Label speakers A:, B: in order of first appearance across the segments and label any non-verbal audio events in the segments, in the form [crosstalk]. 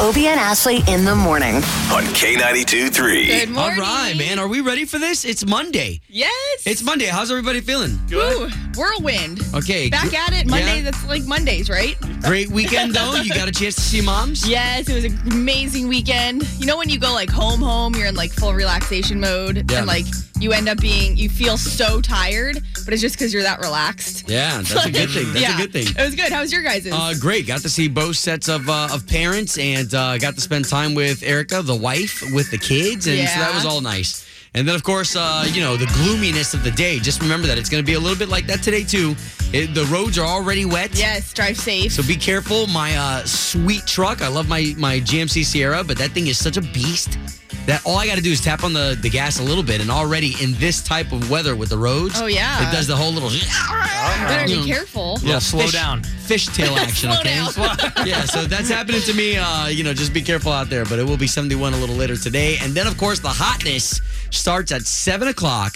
A: Obie and Ashley in the morning.
B: on K92 3.
C: Good morning.
D: All right, man. Are we ready for this? It's Monday.
C: Yes.
D: It's Monday. How's everybody feeling?
C: Ooh, whirlwind.
D: Okay.
C: Back
D: gr-
C: at it Monday.
D: yeah.
C: That's like Mondays, right?
D: Great weekend though. You got a chance to see moms.
C: Yes, it was an amazing weekend. You know when you go like home, home, you're in like full relaxation mode,
D: Yeah.
C: and like you end up being, you feel so tired, but it's just because you're that relaxed.
D: Yeah, that's a good thing. That's
C: [laughs] yeah,
D: a good thing.
C: It was good. How was your guys'?
D: Uh, great. Got to see both sets of uh, of parents and uh, got to spend time with Erica, the wife, with the kids, and so that
C: Yeah.
D: was all nice. And then, of course, uh, you know the gloominess of the day. Just remember that it's going to be a little bit like that today too. It, the roads are already wet.
C: yes, drive safe.
D: So be careful. My uh, sweet truck. I love my my GMC Sierra, but that thing is such a beast that all I got to do is tap on the, the gas a little bit, and already in this type of weather with the roads,
C: Oh, yeah.
D: it does the whole little [laughs]
C: Better
D: you know,
C: be careful.
D: little
E: slow
D: fish-
C: [laughs]
E: down.
D: fishtail action.
C: Slow
D: okay, [laughs] yeah. So that's happening to me. Uh, you know, just be careful out there. But it will be 71 a little later today, and then of course the hotness starts at seven o'clock.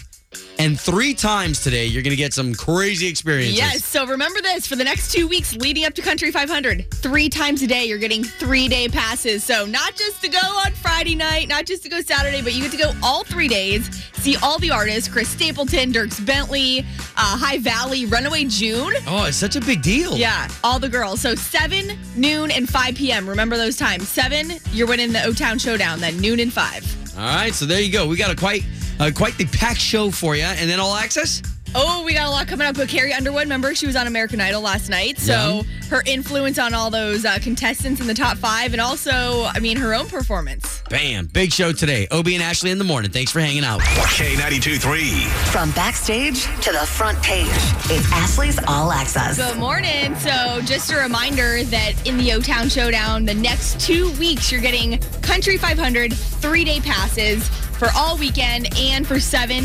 D: And three times today, you're going to get some crazy experiences.
C: Yes, so remember this for the next two weeks leading up to Country 500. Three times a day, you're getting three day passes. So, not just to go on Friday night, not just to go Saturday, but you get to go all three days, see all the artists Chris Stapleton, Dirks Bentley, uh, High Valley, Runaway June.
D: Oh, it's such a big deal.
C: Yeah, all the girls. So 7, noon, and 5 p.m. Remember those times. 7, you're winning the O Town Showdown, then noon and 5.
D: All right, so there you go. We got a quite uh, quite the packed show for you, and then all access.
C: Oh, we got a lot coming up with Carrie Underwood. Remember, she was on American Idol last night. So her influence on all those uh, contestants in the top five, and also, I mean, her own performance.
D: Bam, big show today. Obie and Ashley in the morning. Thanks for hanging out.
B: K92 3.
A: From backstage to the front page, it's Ashley's All Access.
C: Good morning. So, just a reminder that in the O Town Showdown, the next two weeks, you're getting Country 500 three day passes for all weekend and for 7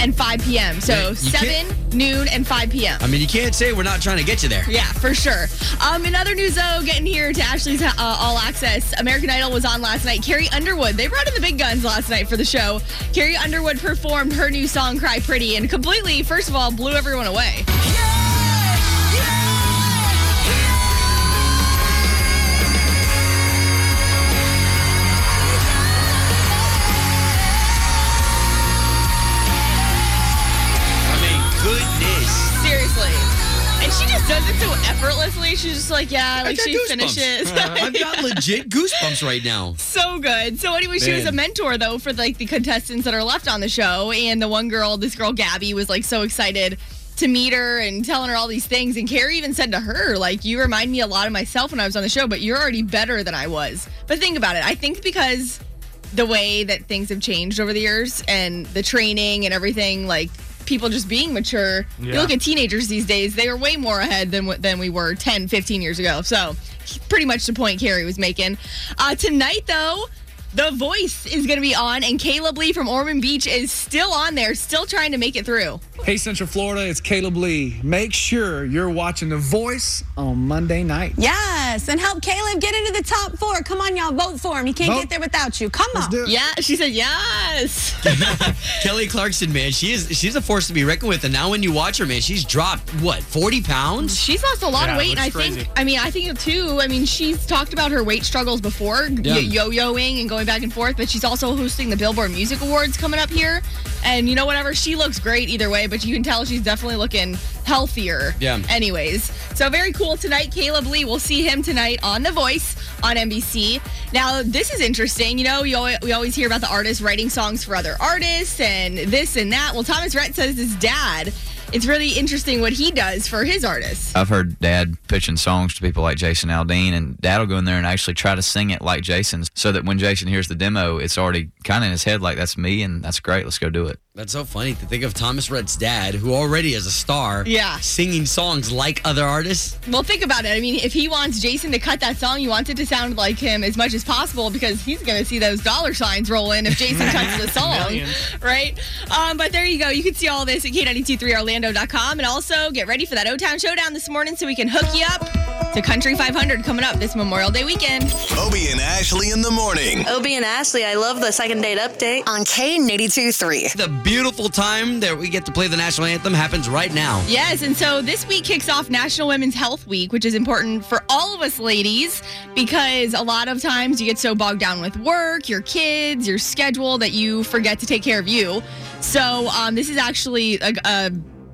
C: and 5 p.m.
D: Yeah,
C: So,
D: you
C: 7, noon, and 5 p.m.
D: I mean, you can't say we're not trying to get you there.
C: Yeah, for sure. Um, in other news, though, getting here to Ashley's uh, All Access, American Idol was on last night. Carrie Underwood, they brought in the big guns last night for the show. Carrie Underwood performed her new song, Cry Pretty, and completely, first of all, blew everyone away.
D: I mean, goodness.
C: Seriously. And she just does it so effortlessly. She's just like, yeah, like she finishes.
D: [laughs]
C: [laughs]
D: I've got legit goosebumps right now.
C: so good. So anyway, she was
D: Man.
C: a mentor though for like the contestants that are left on the show, and the one girl, this girl Gabby, was like so excited to meet her and telling her all these things. And Carrie even said to her, like, "You remind me a lot of myself when I was on the show, but you're already better than I was." But think about it. I think because the way that things have changed over the years and the training and everything, like people just being mature. You
E: Yeah.
C: look at teenagers these days, they are way more ahead than what- than we were 10, 15 years ago. So, pretty much the point Carrie was making. Uh, tonight, though, The Voice is going to be on, and Caleb Lee from Ormond Beach is still on there, still trying to make it through.
F: Hey, Central Florida, it's Caleb Lee. Make sure you're watching The Voice on Monday night.
G: Yes, and help Caleb get into the top four. Come on, y'all, vote for him. He can't
F: Vote.
G: get there without you. Come on.
F: do it.
C: Yeah, she said yes.
D: Kelly Clarkson, man, she is she's a force to be reckoned with. And now when you watch her, man, she's dropped what 40 pounds.
C: She's lost a lot of
E: Yeah, it
C: weight, and I
E: looks crazy.
C: think, I mean, I think too. I mean, she's talked about her weight struggles before,
D: Yeah.
C: yo yoing and going back and forth, but she's also hosting the Billboard Music Awards coming up here. And you know, whatever, she looks great either way, but you can tell she's definitely looking healthier.
D: Yeah.
C: Anyways, so very cool tonight. Caleb Lee, we'll see him tonight on The Voice on NBC. Now, this is interesting. You know, you always, we always hear about the artists writing songs for other artists and this and that. Well, Thomas Rhett says his dad it's really interesting what he does for his artists.
E: I've heard dad pitching songs to people like Jason Aldean, and dad will go in there and actually try to sing it like Jason's so that when Jason hears the demo, it's already kind of in his head like, that's me, and that's great. Let's go do it.
D: That's so funny to think of Thomas Rhett's dad, who already is a star,
C: Yeah.
D: singing songs like other artists.
C: Well, think about it. I mean, if he wants Jason to cut that song, he wants it to sound like him as much as possible because he's going to see those dollar signs roll in if Jason cuts the song, right? Um, but there you go. You can see all this at K923Orlando.com. And also get ready for that O Town Showdown this morning so we can hook you up to Country 500 coming up this Memorial Day weekend.
B: Obie and Ashley in the morning.
H: Obie and Ashley, I love the second date update.
A: On K82 3.
D: The beautiful time that we get to play the national anthem happens right now.
C: Yes, and so this week kicks off National Women's Health Week, which is important for all of us ladies because a lot of times you get so bogged down with work, your kids, your schedule that you forget to take care of you. So um, this is actually a, a,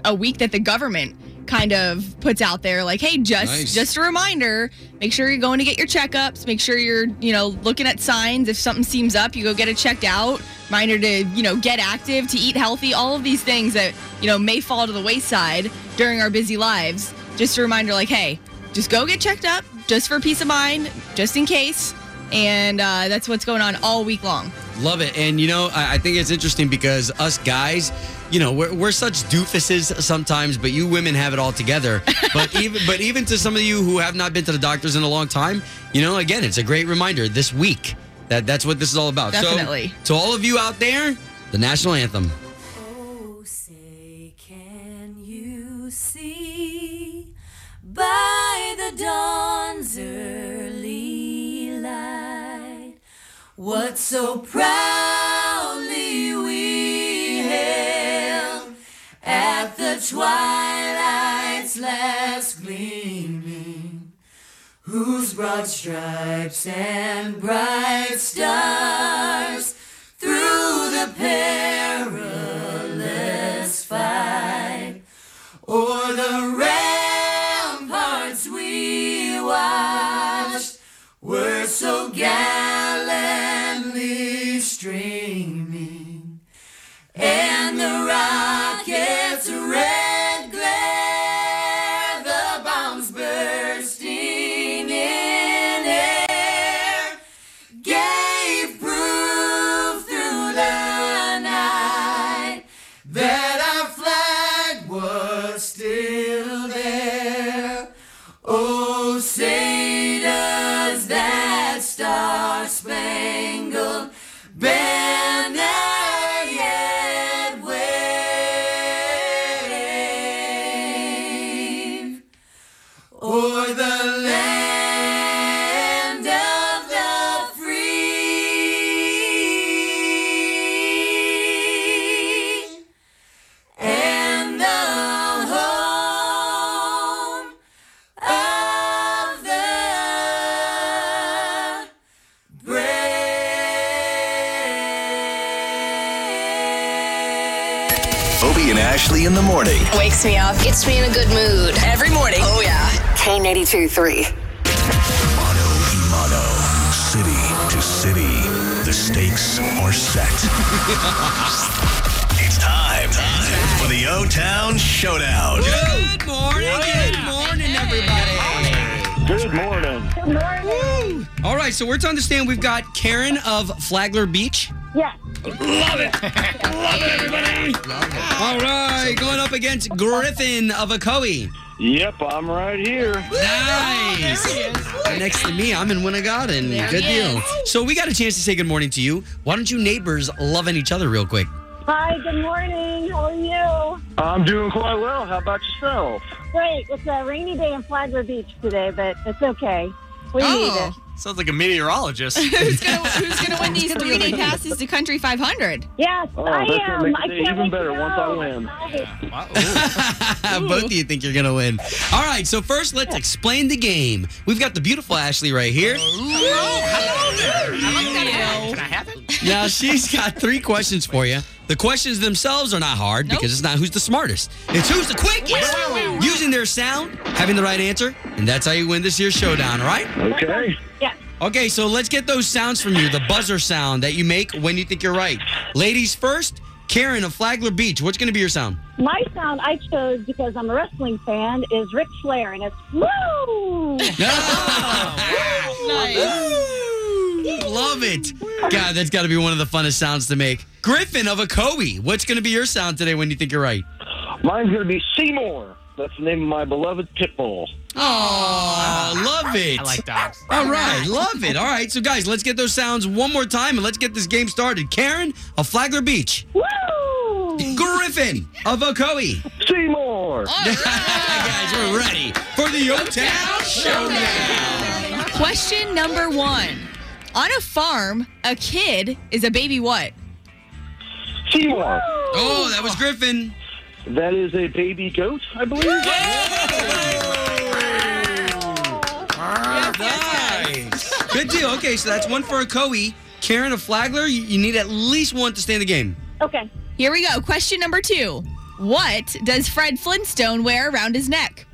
C: a week that the government kind of puts out there like hey just
D: Nice.
C: just a reminder make sure you're going to get your checkups make sure you're you know looking at signs if something seems up you go get it checked out reminder to you know get active to eat healthy all of these things that you know may fall to the wayside during our busy lives just a reminder like hey just go get checked up just for peace of mind just in case and uh, that's what's going on all week long
D: Love it. And, you know, I, I think it's interesting because us guys, you know, we're, we're such doofuses sometimes, but you women have it all together. But even but even to some of you who have not been to the doctors in a long time, you know, again, it's a great reminder this week that that's what this is all about. So,
C: Definitely.
D: to all of you out there, the national anthem.
I: Oh, say, can you see by the dawn's early light what so proudly we hailed at the twilight's last gleaming, whose broad stripes and bright stars through the perilous fight. O'er the ramparts we watched were so gallantly streaming, and the rockets' red glare, the bombs bursting in air, gave proof through the night that our flag was still there. Oh, say does that star spangled banner yet wave o'er the land of the free? and the home of the brave.
B: Obie and Ashley in the morning.
H: Wakes me up, gets me in a good mood. Every morning. Oh, yeah.
A: K82 3.
B: Mono e mono. City to city. The stakes are set. [laughs] it's time, for the O Town Showdown.
D: Good morning. Good morning, everybody.
J: Good morning.
D: All right, so we're to understand we've got Karen of Flagler Beach.
I: Yeah.
D: All right, going up against Griffin of Ocoee.
J: Yep, I'm right here.
D: Nice. Next to me, I'm in Winnegarden. good
C: he
D: deal. So we got a chance to say good morning to you. Why don't you neighbors loving each other real quick?
I: Hi, good morning. How are you?
J: I'm doing quite well. How about yourself?
I: Great. It's a rainy day in Flagler Beach today, but it's okay. We
C: Oh. [laughs]
I: need it.
E: Sounds like a meteorologist.
C: who's gonna who's gonna win these three day passes to country 500
I: Yes,
J: Oh,
I: I
J: that's what
I: am.
J: makes
I: I
J: it
I: can't
J: even
I: wait
J: better
I: to
J: once
I: go.
J: I win.
I: Nice.
D: [laughs] Both of you think you're going to win. All right, so first let's explain the game. We've got the beautiful Ashley right here. Now she's got three questions for you. The questions themselves are not hard because it's not who's the smartest. It's who's the quickest using their sound, having the right answer, and that's how you win this year's showdown, all right?
J: Okay.
I: Yeah.
D: Okay, so let's get those sounds from you, the buzzer sound that you make when you think you're right. Ladies first, Karen of Flagler Beach, what's going to be your sound?
I: My sound I chose because I'm a wrestling fan is Ric Flair, and it's
J: [laughs]
I: woo.
D: [laughs] Love it. God, that's got to be one of the funnest sounds to make. Griffin of Ocoee, what's going to be your sound today when you think you're right?
J: Mine's going to be Seymour. That's the name of my beloved pit bull.
D: Oh, love it. I like dogs. All right, love it. All right, so guys, let's get those sounds one more time and let's get this game started. Karen of Flagler Beach. Woo! Griffin of Ocoee. [laughs]
J: Seymour.
D: guys, we're ready for the O-Town Showdown.
C: Question number one. On a farm, a kid is a baby what?
J: Seymour.
D: Oh, that was Griffin.
J: That is a baby goat, I believe.
D: Nice. Good deal. Okay, so that's one for Okoe. Karen of Flagler, you you need at least one to stay in the game.
I: Okay.
C: Here we go. Question number two. What does Fred Flintstone wear around his neck?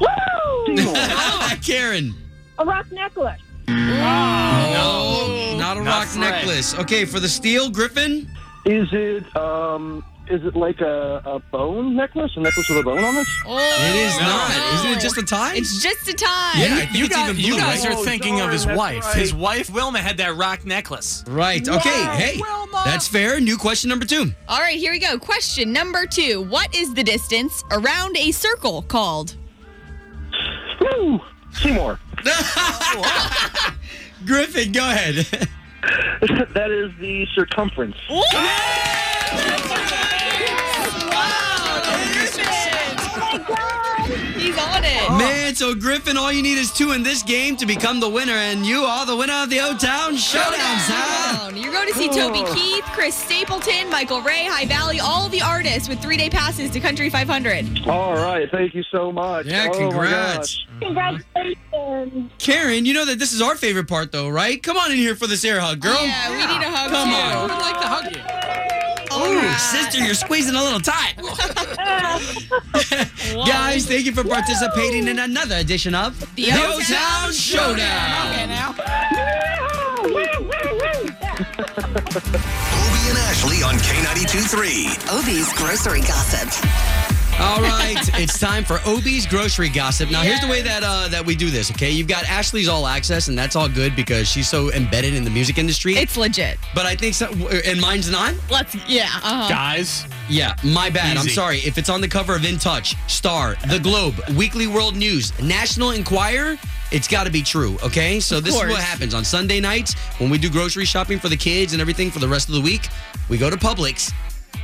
I: Woo!
D: [laughs] Karen.
I: a rock necklace.
D: No, not a rock necklace. Okay, for the steel, Griffin.
J: Is it um? Is it like a, a bone necklace? A necklace with a bone on it?
D: It is not. Isn't it just a tie?
C: It's just a tie.
D: yeah, I think
K: You,
D: it's
K: got-
D: even
K: you
D: blue,
K: guys
D: right?
K: are thinking of his
L: Oh,
J: darn, that's
K: wife.
J: right.
K: His wife Wilma had that rock necklace.
D: Right. Okay.
K: Wow,
D: hey,
K: Wilma.
D: that's fair. New question number two.
C: All right, here we go. Question number two. What is the distance around a circle called?
J: Woo! Seymour. [laughs]
D: Griffin, go ahead.
J: that is the circumference. [clears throat]
C: He's on it.
D: Man, so Griffin, all you need is two in this game to become the winner, and you are the winner of the O Town Showdown. huh? Oh.
C: You're going to see Toby Keith, Chris Stapleton, Michael Ray, High Valley, all the artists with three day passes to Country 500.
J: All right. Thank you so much.
D: Yeah,
J: Oh, my gosh.
D: congrats.
I: Congratulations.
D: Karen, you know that this is our favorite part, though, right? Come on in here for this air hug, girl.
C: Oh, Yeah, we need a hug
D: Oh, Come
C: too.
D: on.
K: I'd like to hug you.
D: Ooh, sister, you're squeezing a little tight. [laughs] Guys, thank you for participating in another edition of
C: The O Town
D: Showdown.
B: Obie and Ashley on K92 3.
A: Obie's grocery gossip.
D: All right, it's time for Obie's grocery gossip. Now, here's the way that uh, that we do this. Okay, you've got Ashley's all access, and that's all good because she's so embedded in the music industry.
C: It's legit.
D: but I think so, and mine's not.
C: Let's, yeah. Uh-huh.
K: Guys,
D: Yeah, my bad. I'm
K: Easy.
D: sorry. If it's on the cover of In Touch, Star, The Globe, Weekly World News, National Enquirer, it's got to be true, okay? So this is what
C: course.
D: happens on Sunday nights when we do grocery shopping for the kids and everything for the rest of the week. We go to Publix,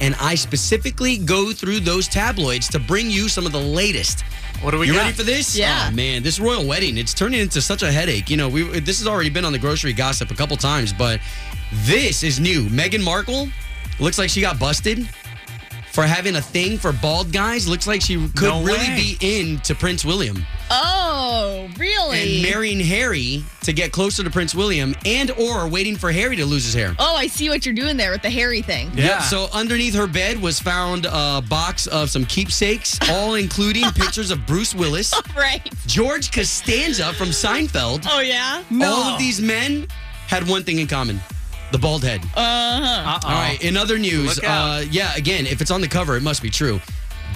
D: and I specifically go through those tabloids to bring you some of the latest.
K: what do we
D: you
K: got?
D: ready for this?
C: Yeah.
D: Oh, man, this royal wedding, it's turning into such a headache. You know, we this has already been on the grocery gossip a couple times, but this is new. Meghan Markle looks like she got busted for having a thing for bald guys. Looks like she could
K: No
D: really
K: way.
D: be in to Prince William
C: Oh, really?
D: and marrying Harry to get closer to Prince William and or waiting for Harry to lose his hair.
C: oh, I see what you're doing there with the hairy thing.
K: Yeah.
D: So underneath her bed was found a box of some keepsakes, all including pictures of Bruce Willis,
C: Right.
D: George Costanza from Seinfeld,
C: Oh, yeah?
D: All of these men had one thing in common the bald head.
K: Uh-oh.
D: All right, in other news,
K: Look out.
D: uh, yeah, again, if it's on the cover, it must be true.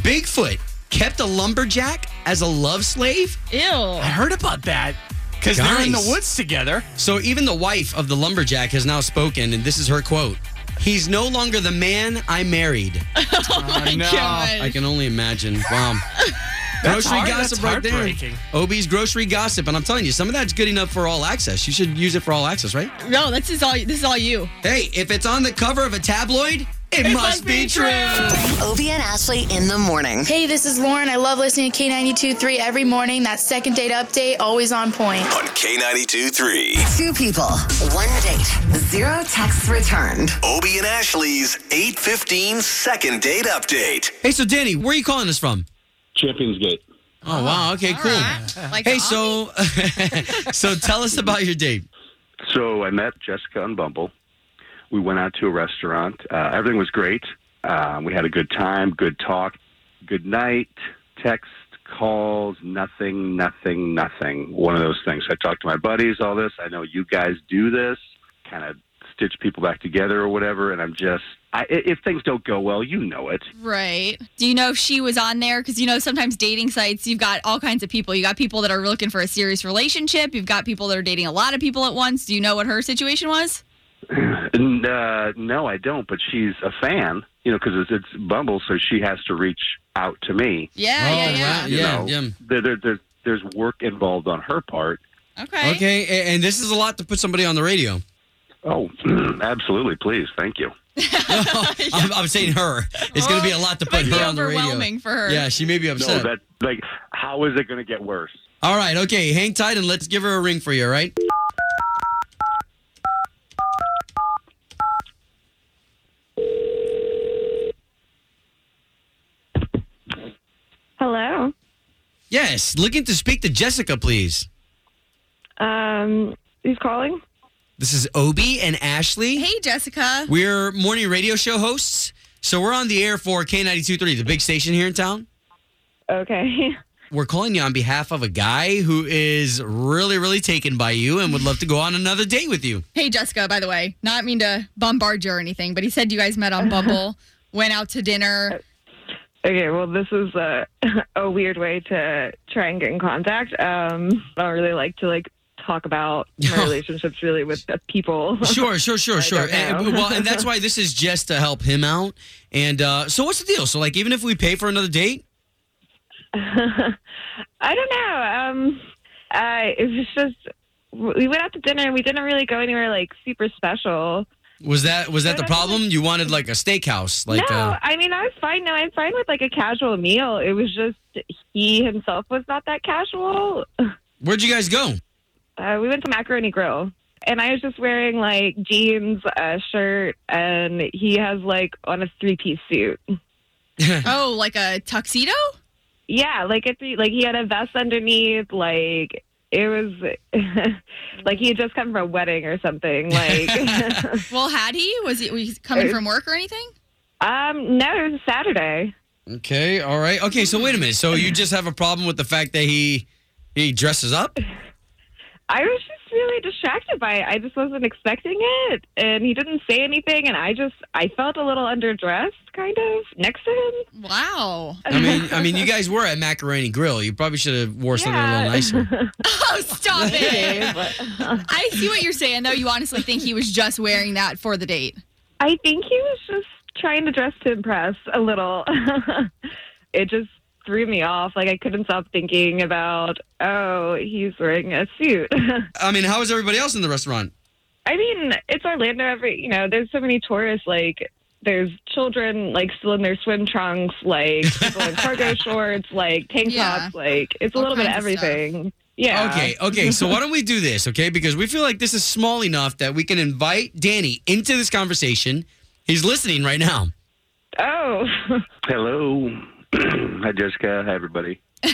D: Bigfoot kept a lumberjack as a love slave.
C: Ew.
K: I heard about that because they're in the
D: Guys.
L: [laughs]
K: woods together.
D: So even the wife of the lumberjack has now spoken, and this is her quote He's no longer the man I married.
K: Uh, I know.
C: God.
D: I can only imagine. Wow.
K: [laughs]
D: grocery
K: hard-
D: gossip
K: that's
D: right there.
K: heartbreaking.
D: Obie's grocery gossip, and I'm telling you, some of that's good enough for all access. You should use it for all access, right?
C: No, this is all this is all you.
D: Hey, if it's on the cover of a tabloid, it, must, be, true.
A: Obie and Ashley in the morning.
M: Hey, this is Lauren. I love listening to K92 3 every morning. That second date update, always on point.
B: On K92 3.
A: Two people, one date, zero texts returned.
B: Obie and Ashley's 815 second date update.
D: Hey, so Danny, where are you calling us from?
J: Championsgate.
D: Oh wow, okay, cool.
C: Like
D: Hey,
C: the
D: so [laughs] so tell us about your date.
J: So I met Jessica on Bumble. We went out to a restaurant. Uh, everything was great. Uh, we had a good time, good talk, good night, text, calls, nothing, nothing, nothing. One of those things. I talked to my buddies, all this. I know you guys do this, kind of stitch people back together or whatever. And I'm just, I, i- if things don't go well, you know it.
C: Right. Do you know if she was on there? Because you know sometimes dating sites, you've got all kinds of people. You got people that are looking for a serious relationship. You've got people that are dating a lot of people at once. Do you know what her situation was?
J: And, uh, no, I don't. But she's a fan, you know, because it's, it's Bumble, so she has to reach out to me.
D: Oh,
C: Yeah, yeah, yeah.
J: You
D: Yeah,
J: know,
D: yeah.
J: There, there, there's there's work involved on her part.
C: Okay.
D: Okay, a- and this is a lot to put somebody on the radio.
J: Oh, absolutely. Please. Thank you.
D: I'm, I'm saying her. It's going to be a lot to put her on the radio.
C: overwhelming for her.
D: Yeah, she may be upset.
J: No, that, like, how is it going to get worse?
D: All right, okay, hang tight and let's give her a ring for you, all right?
N: Hello.
D: Yes, looking to speak to Jessica, please.
N: Um, who's calling?
D: This is Obi and Ashley.
C: Hey, Jessica.
D: We're morning radio show hosts. So we're on the air for K92.3, the big station here in town.
N: Okay. [laughs]
D: We're calling you on behalf of a guy who is really, really taken by you and would love to go on another date with
N: [laughs]
D: you.
C: Hey, Jessica, by the way, not mean to bombard you or anything, but he said you guys met on Bumble, went out to dinner.
N: Okay, well, this is a, [laughs] a weird way to try and get in contact. Um, I don't really like to like talk about
J: [laughs]
N: my relationships really with the people. [laughs]
D: Sure, sure, sure,
N: I
D: sure.
N: don't
D: And-
N: know.
D: well, and that's why this is just to help him out. And uh, so, what's the deal? So, like, even if we pay for another date,
N: I don't know. Um, I it was just we went out to dinner and we didn't really go anywhere like super special.
D: was that was that the problem? You wanted like a steakhouse, like
N: Uh-huh. no,
D: uh,
N: I mean I was fine. No, I'm fine with like a casual meal. It was just he himself was not that casual.
D: where'd you guys go?
N: Uh, we went to Macaroni Grill, and I was just wearing like jeans, a shirt, and he has like on a three piece suit.
C: oh, like a tuxedo?
N: Yeah, like a three, like he had a vest underneath, like. It was [laughs] like he had just come from a wedding or something.
D: [laughs]
N: Like, [laughs]
C: well, had he? Was he, was he coming from work or anything?
N: um, no, it was a Saturday.
D: Okay, all right, okay. So wait a minute. So
N: Mm-hmm.
D: you just have a problem with the fact that he he dresses up?
N: I was just really distracted by it. I just wasn't expecting it, and he didn't say anything, and I just I felt a little underdressed, kind of next to him.
C: Wow.
D: I mean,
C: [laughs]
D: I mean, you guys were at Macaroni Grill. You probably should have wore something a
C: [laughs]
D: little nicer.
C: Oh, stop it. I see what you're saying, though. You honestly think he was just wearing that for the date.
N: I think he was just trying to dress to impress a little. [laughs] it just threw me off. Like I couldn't stop thinking about, oh, he's wearing a suit. [laughs]
D: I mean, how was everybody else in the restaurant?
N: I mean, it's Orlando. Every you know, there's so many tourists. Like there's children like still in their swim trunks, like people in cargo shorts, like tank tops. Like it's a little bit of everything. Yeah.
D: Okay, okay. So why don't we do this, okay? Because we feel like this is small enough that we can invite Danny into this conversation. He's listening right now.
N: Oh. [laughs]
J: Hello. [clears throat] Hi, Jessica. Hi,
N: [laughs]
J: everybody.
N: God,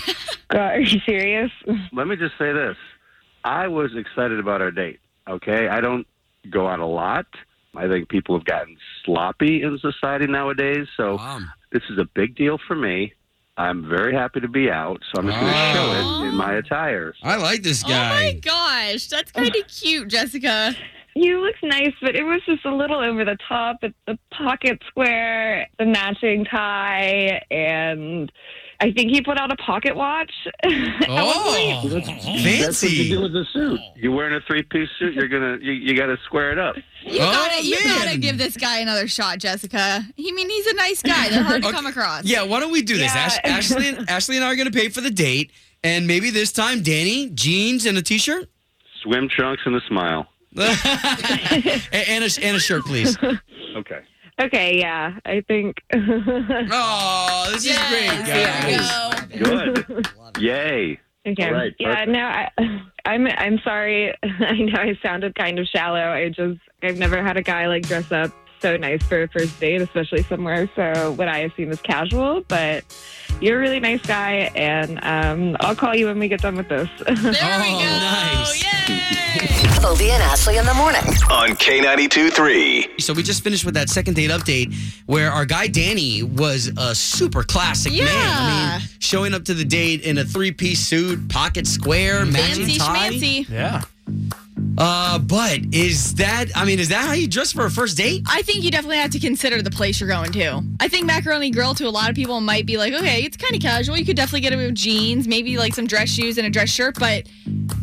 N: Uh, are you serious?
J: Let me just say this. I was excited about our date, okay? I don't go out a lot. I think people have gotten sloppy in society nowadays, so this is a big deal for me. I'm very happy to be out, so I'm just going to show it in my attire.
D: Oh. I like this
C: Oh, my gosh. That's kind of cute, Jessica.
N: He looks nice, but it was just a little over the top. It's the pocket square, the matching tie, and I think he put out a pocket watch. [laughs]
D: Oh,
J: That's what you do with the suit. You're wearing a three-piece suit. You're gonna, you, you got to square it up.
C: You gotta, you gotta give this guy another shot, Jessica. He mean he's a nice guy. They're hard to come across.
D: Yeah, why don't we do this? Ash- Ashley,
C: [laughs]
D: and, Ashley and I are going to pay for the date, and maybe this time, Danny, jeans and a t-shirt [laughs]
J: Swim trunks and a smile.
D: and, and a and a shirt, please.
J: Okay.
N: Okay, yeah, I think. [laughs]
D: oh, this is great,
J: guys. Good. Yay.
N: Okay.
J: All right,
N: yeah.
J: perfect.
N: No. I, I'm. I'm sorry. [laughs] I know I sounded kind of shallow. I just. I've never had a guy like dress up so nice for a first date, especially somewhere. So what I assume is casual, but you're a really nice guy, and um, I'll call you when we get done with this. [laughs]
A: Obie and Ashley in the morning.
D: On K92 3. So we just finished with that second date update where our guy Danny was a super classic man. I mean, showing up to the date in a three piece suit, pocket square, matching
C: Fancy
D: tie.
C: schmancy.
D: Yeah. Uh, but is that? I mean, is that how you dress for a first date?
C: I think you definitely have to consider the place you're going to. I think macaroni grill to a lot of people might be like, okay, it's kind of casual. You could definitely get away with jeans, maybe like some dress shoes and a dress shirt. But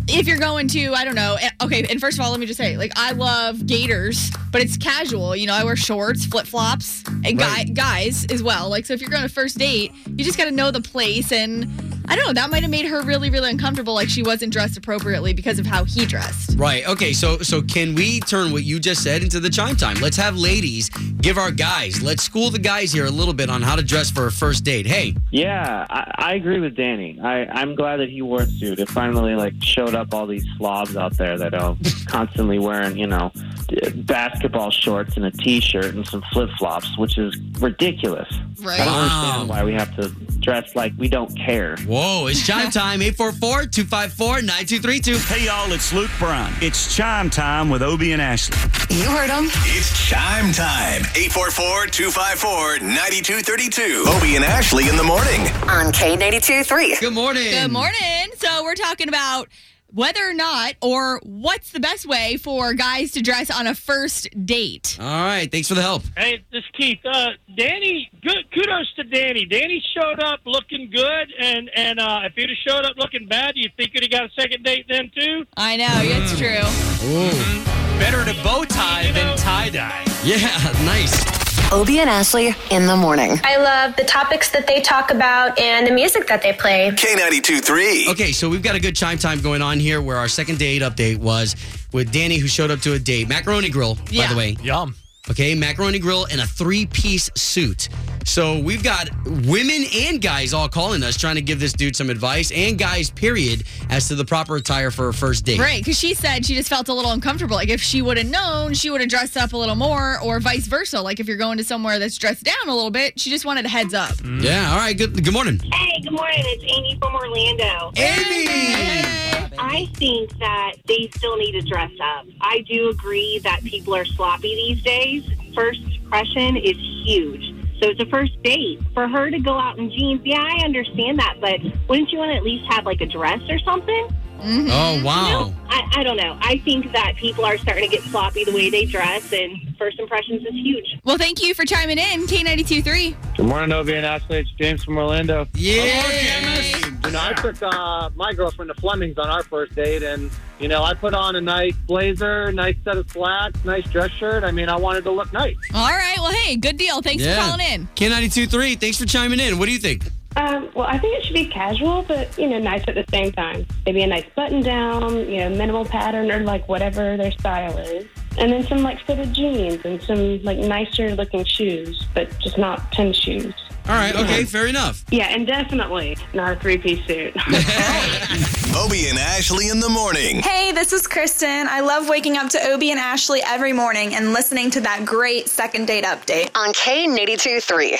C: if you're going to, I don't know. eh, Okay, and first of all, let me just say, like, I love gators, but it's casual. You know, I wear shorts, flip flops, and guy,
D: Right.
C: guys as well. Like, so if you're going to first date, you just got to know the place and. I don't know. That might have made her really, really uncomfortable. Like she wasn't dressed appropriately because of how he dressed.
D: Right. Okay. So so can we turn what you just said into the chime time? Let's have ladies give our guys. Let's school the guys here a little bit on how to dress for a first date. Hey.
O: Yeah, I, I agree with Danny. I, I'm glad that he wore a suit. It finally like showed up all these slobs out there that are constantly wearing, you know, basketball shorts and a t-shirt and some flip-flops, which is ridiculous.
C: Right.
O: I don't understand why we have to dress like we don't care.
D: Whoa,
C: [laughs]
D: it's chime time 844 254 9232.
L: Hey, y'all, it's Luke Bryan. It's chime time with Obie and Ashley.
A: You heard him.
B: It's chime time. 844-254-9232. Obie and Ashley in the morning.
A: On K82 3.
D: Good morning.
C: Good morning. So we're talking about whether or not, or what's the best way for guys to dress on a first date.
D: All right. Thanks for the help.
P: Hey, this is Keith. Uh, Danny, good kudos to Danny. Danny showed up looking good, and and uh, if he'd have showed up looking bad, you think he'd have got a second date then too.
C: I know it's true.
K: Better to bow tie than tie dye.
D: [laughs] Yeah, nice.
A: Obie and Ashley in the morning.
Q: I love the topics that they talk about and the music that they play.
B: K92 3.
D: Okay, so we've got a good chime time going on here where our second date update was with Danny who showed up to a date. Macaroni grill, by
K: Yeah.
D: the way.
K: Yum.
D: Okay, macaroni grill in a three piece suit. So we've got women and guys all calling us trying to give this dude some advice and guys, period, as to the proper attire for a first date.
C: Right, because she said she just felt a little uncomfortable. Like if she would have known, she would have dressed up a little more, or vice versa. Like if you're going to somewhere that's dressed down a little bit, she just wanted a heads up.
D: Yeah, all right, good good morning.
I: Hey, good morning. It's Amy from Orlando.
D: Amy!
I: I think that they still need to dress up. I do agree that people are sloppy these days. First impression is huge. So it's a first date. For her to go out in jeans, yeah, I understand that, but wouldn't you want to at least have like a dress or something?
D: Oh wow.
I: No, I, I don't know. I think that people are starting to get sloppy the way they dress, and first impressions is huge.
C: Well, thank you for chiming in, K92.3.
O: Good morning, Obie and Ashley. It's James from Orlando.
D: Yeah.
R: You know, I took uh, my girlfriend to Fleming's on our first date, and you know, I put on a nice blazer, nice set of slacks, nice dress shirt. I mean, I wanted to look nice.
C: All right, well, hey, good deal. Thanks for calling in.
D: K92.3, thanks for chiming in. What do you think?
S: Um, well, I think it should be casual, but you know, nice at the same time. Maybe a nice button down, you know, minimal pattern or like whatever their style is, and then some like fitted jeans and some like nicer looking shoes, but just not tennis shoes.
D: All right, okay, fair enough.
S: Yeah, and definitely not a three piece suit. [laughs]
B: Obie and Ashley in the morning.
T: Hey, this is Kristen. I love waking up to Obie and Ashley every morning and listening to that great second date update.
A: On K82 3.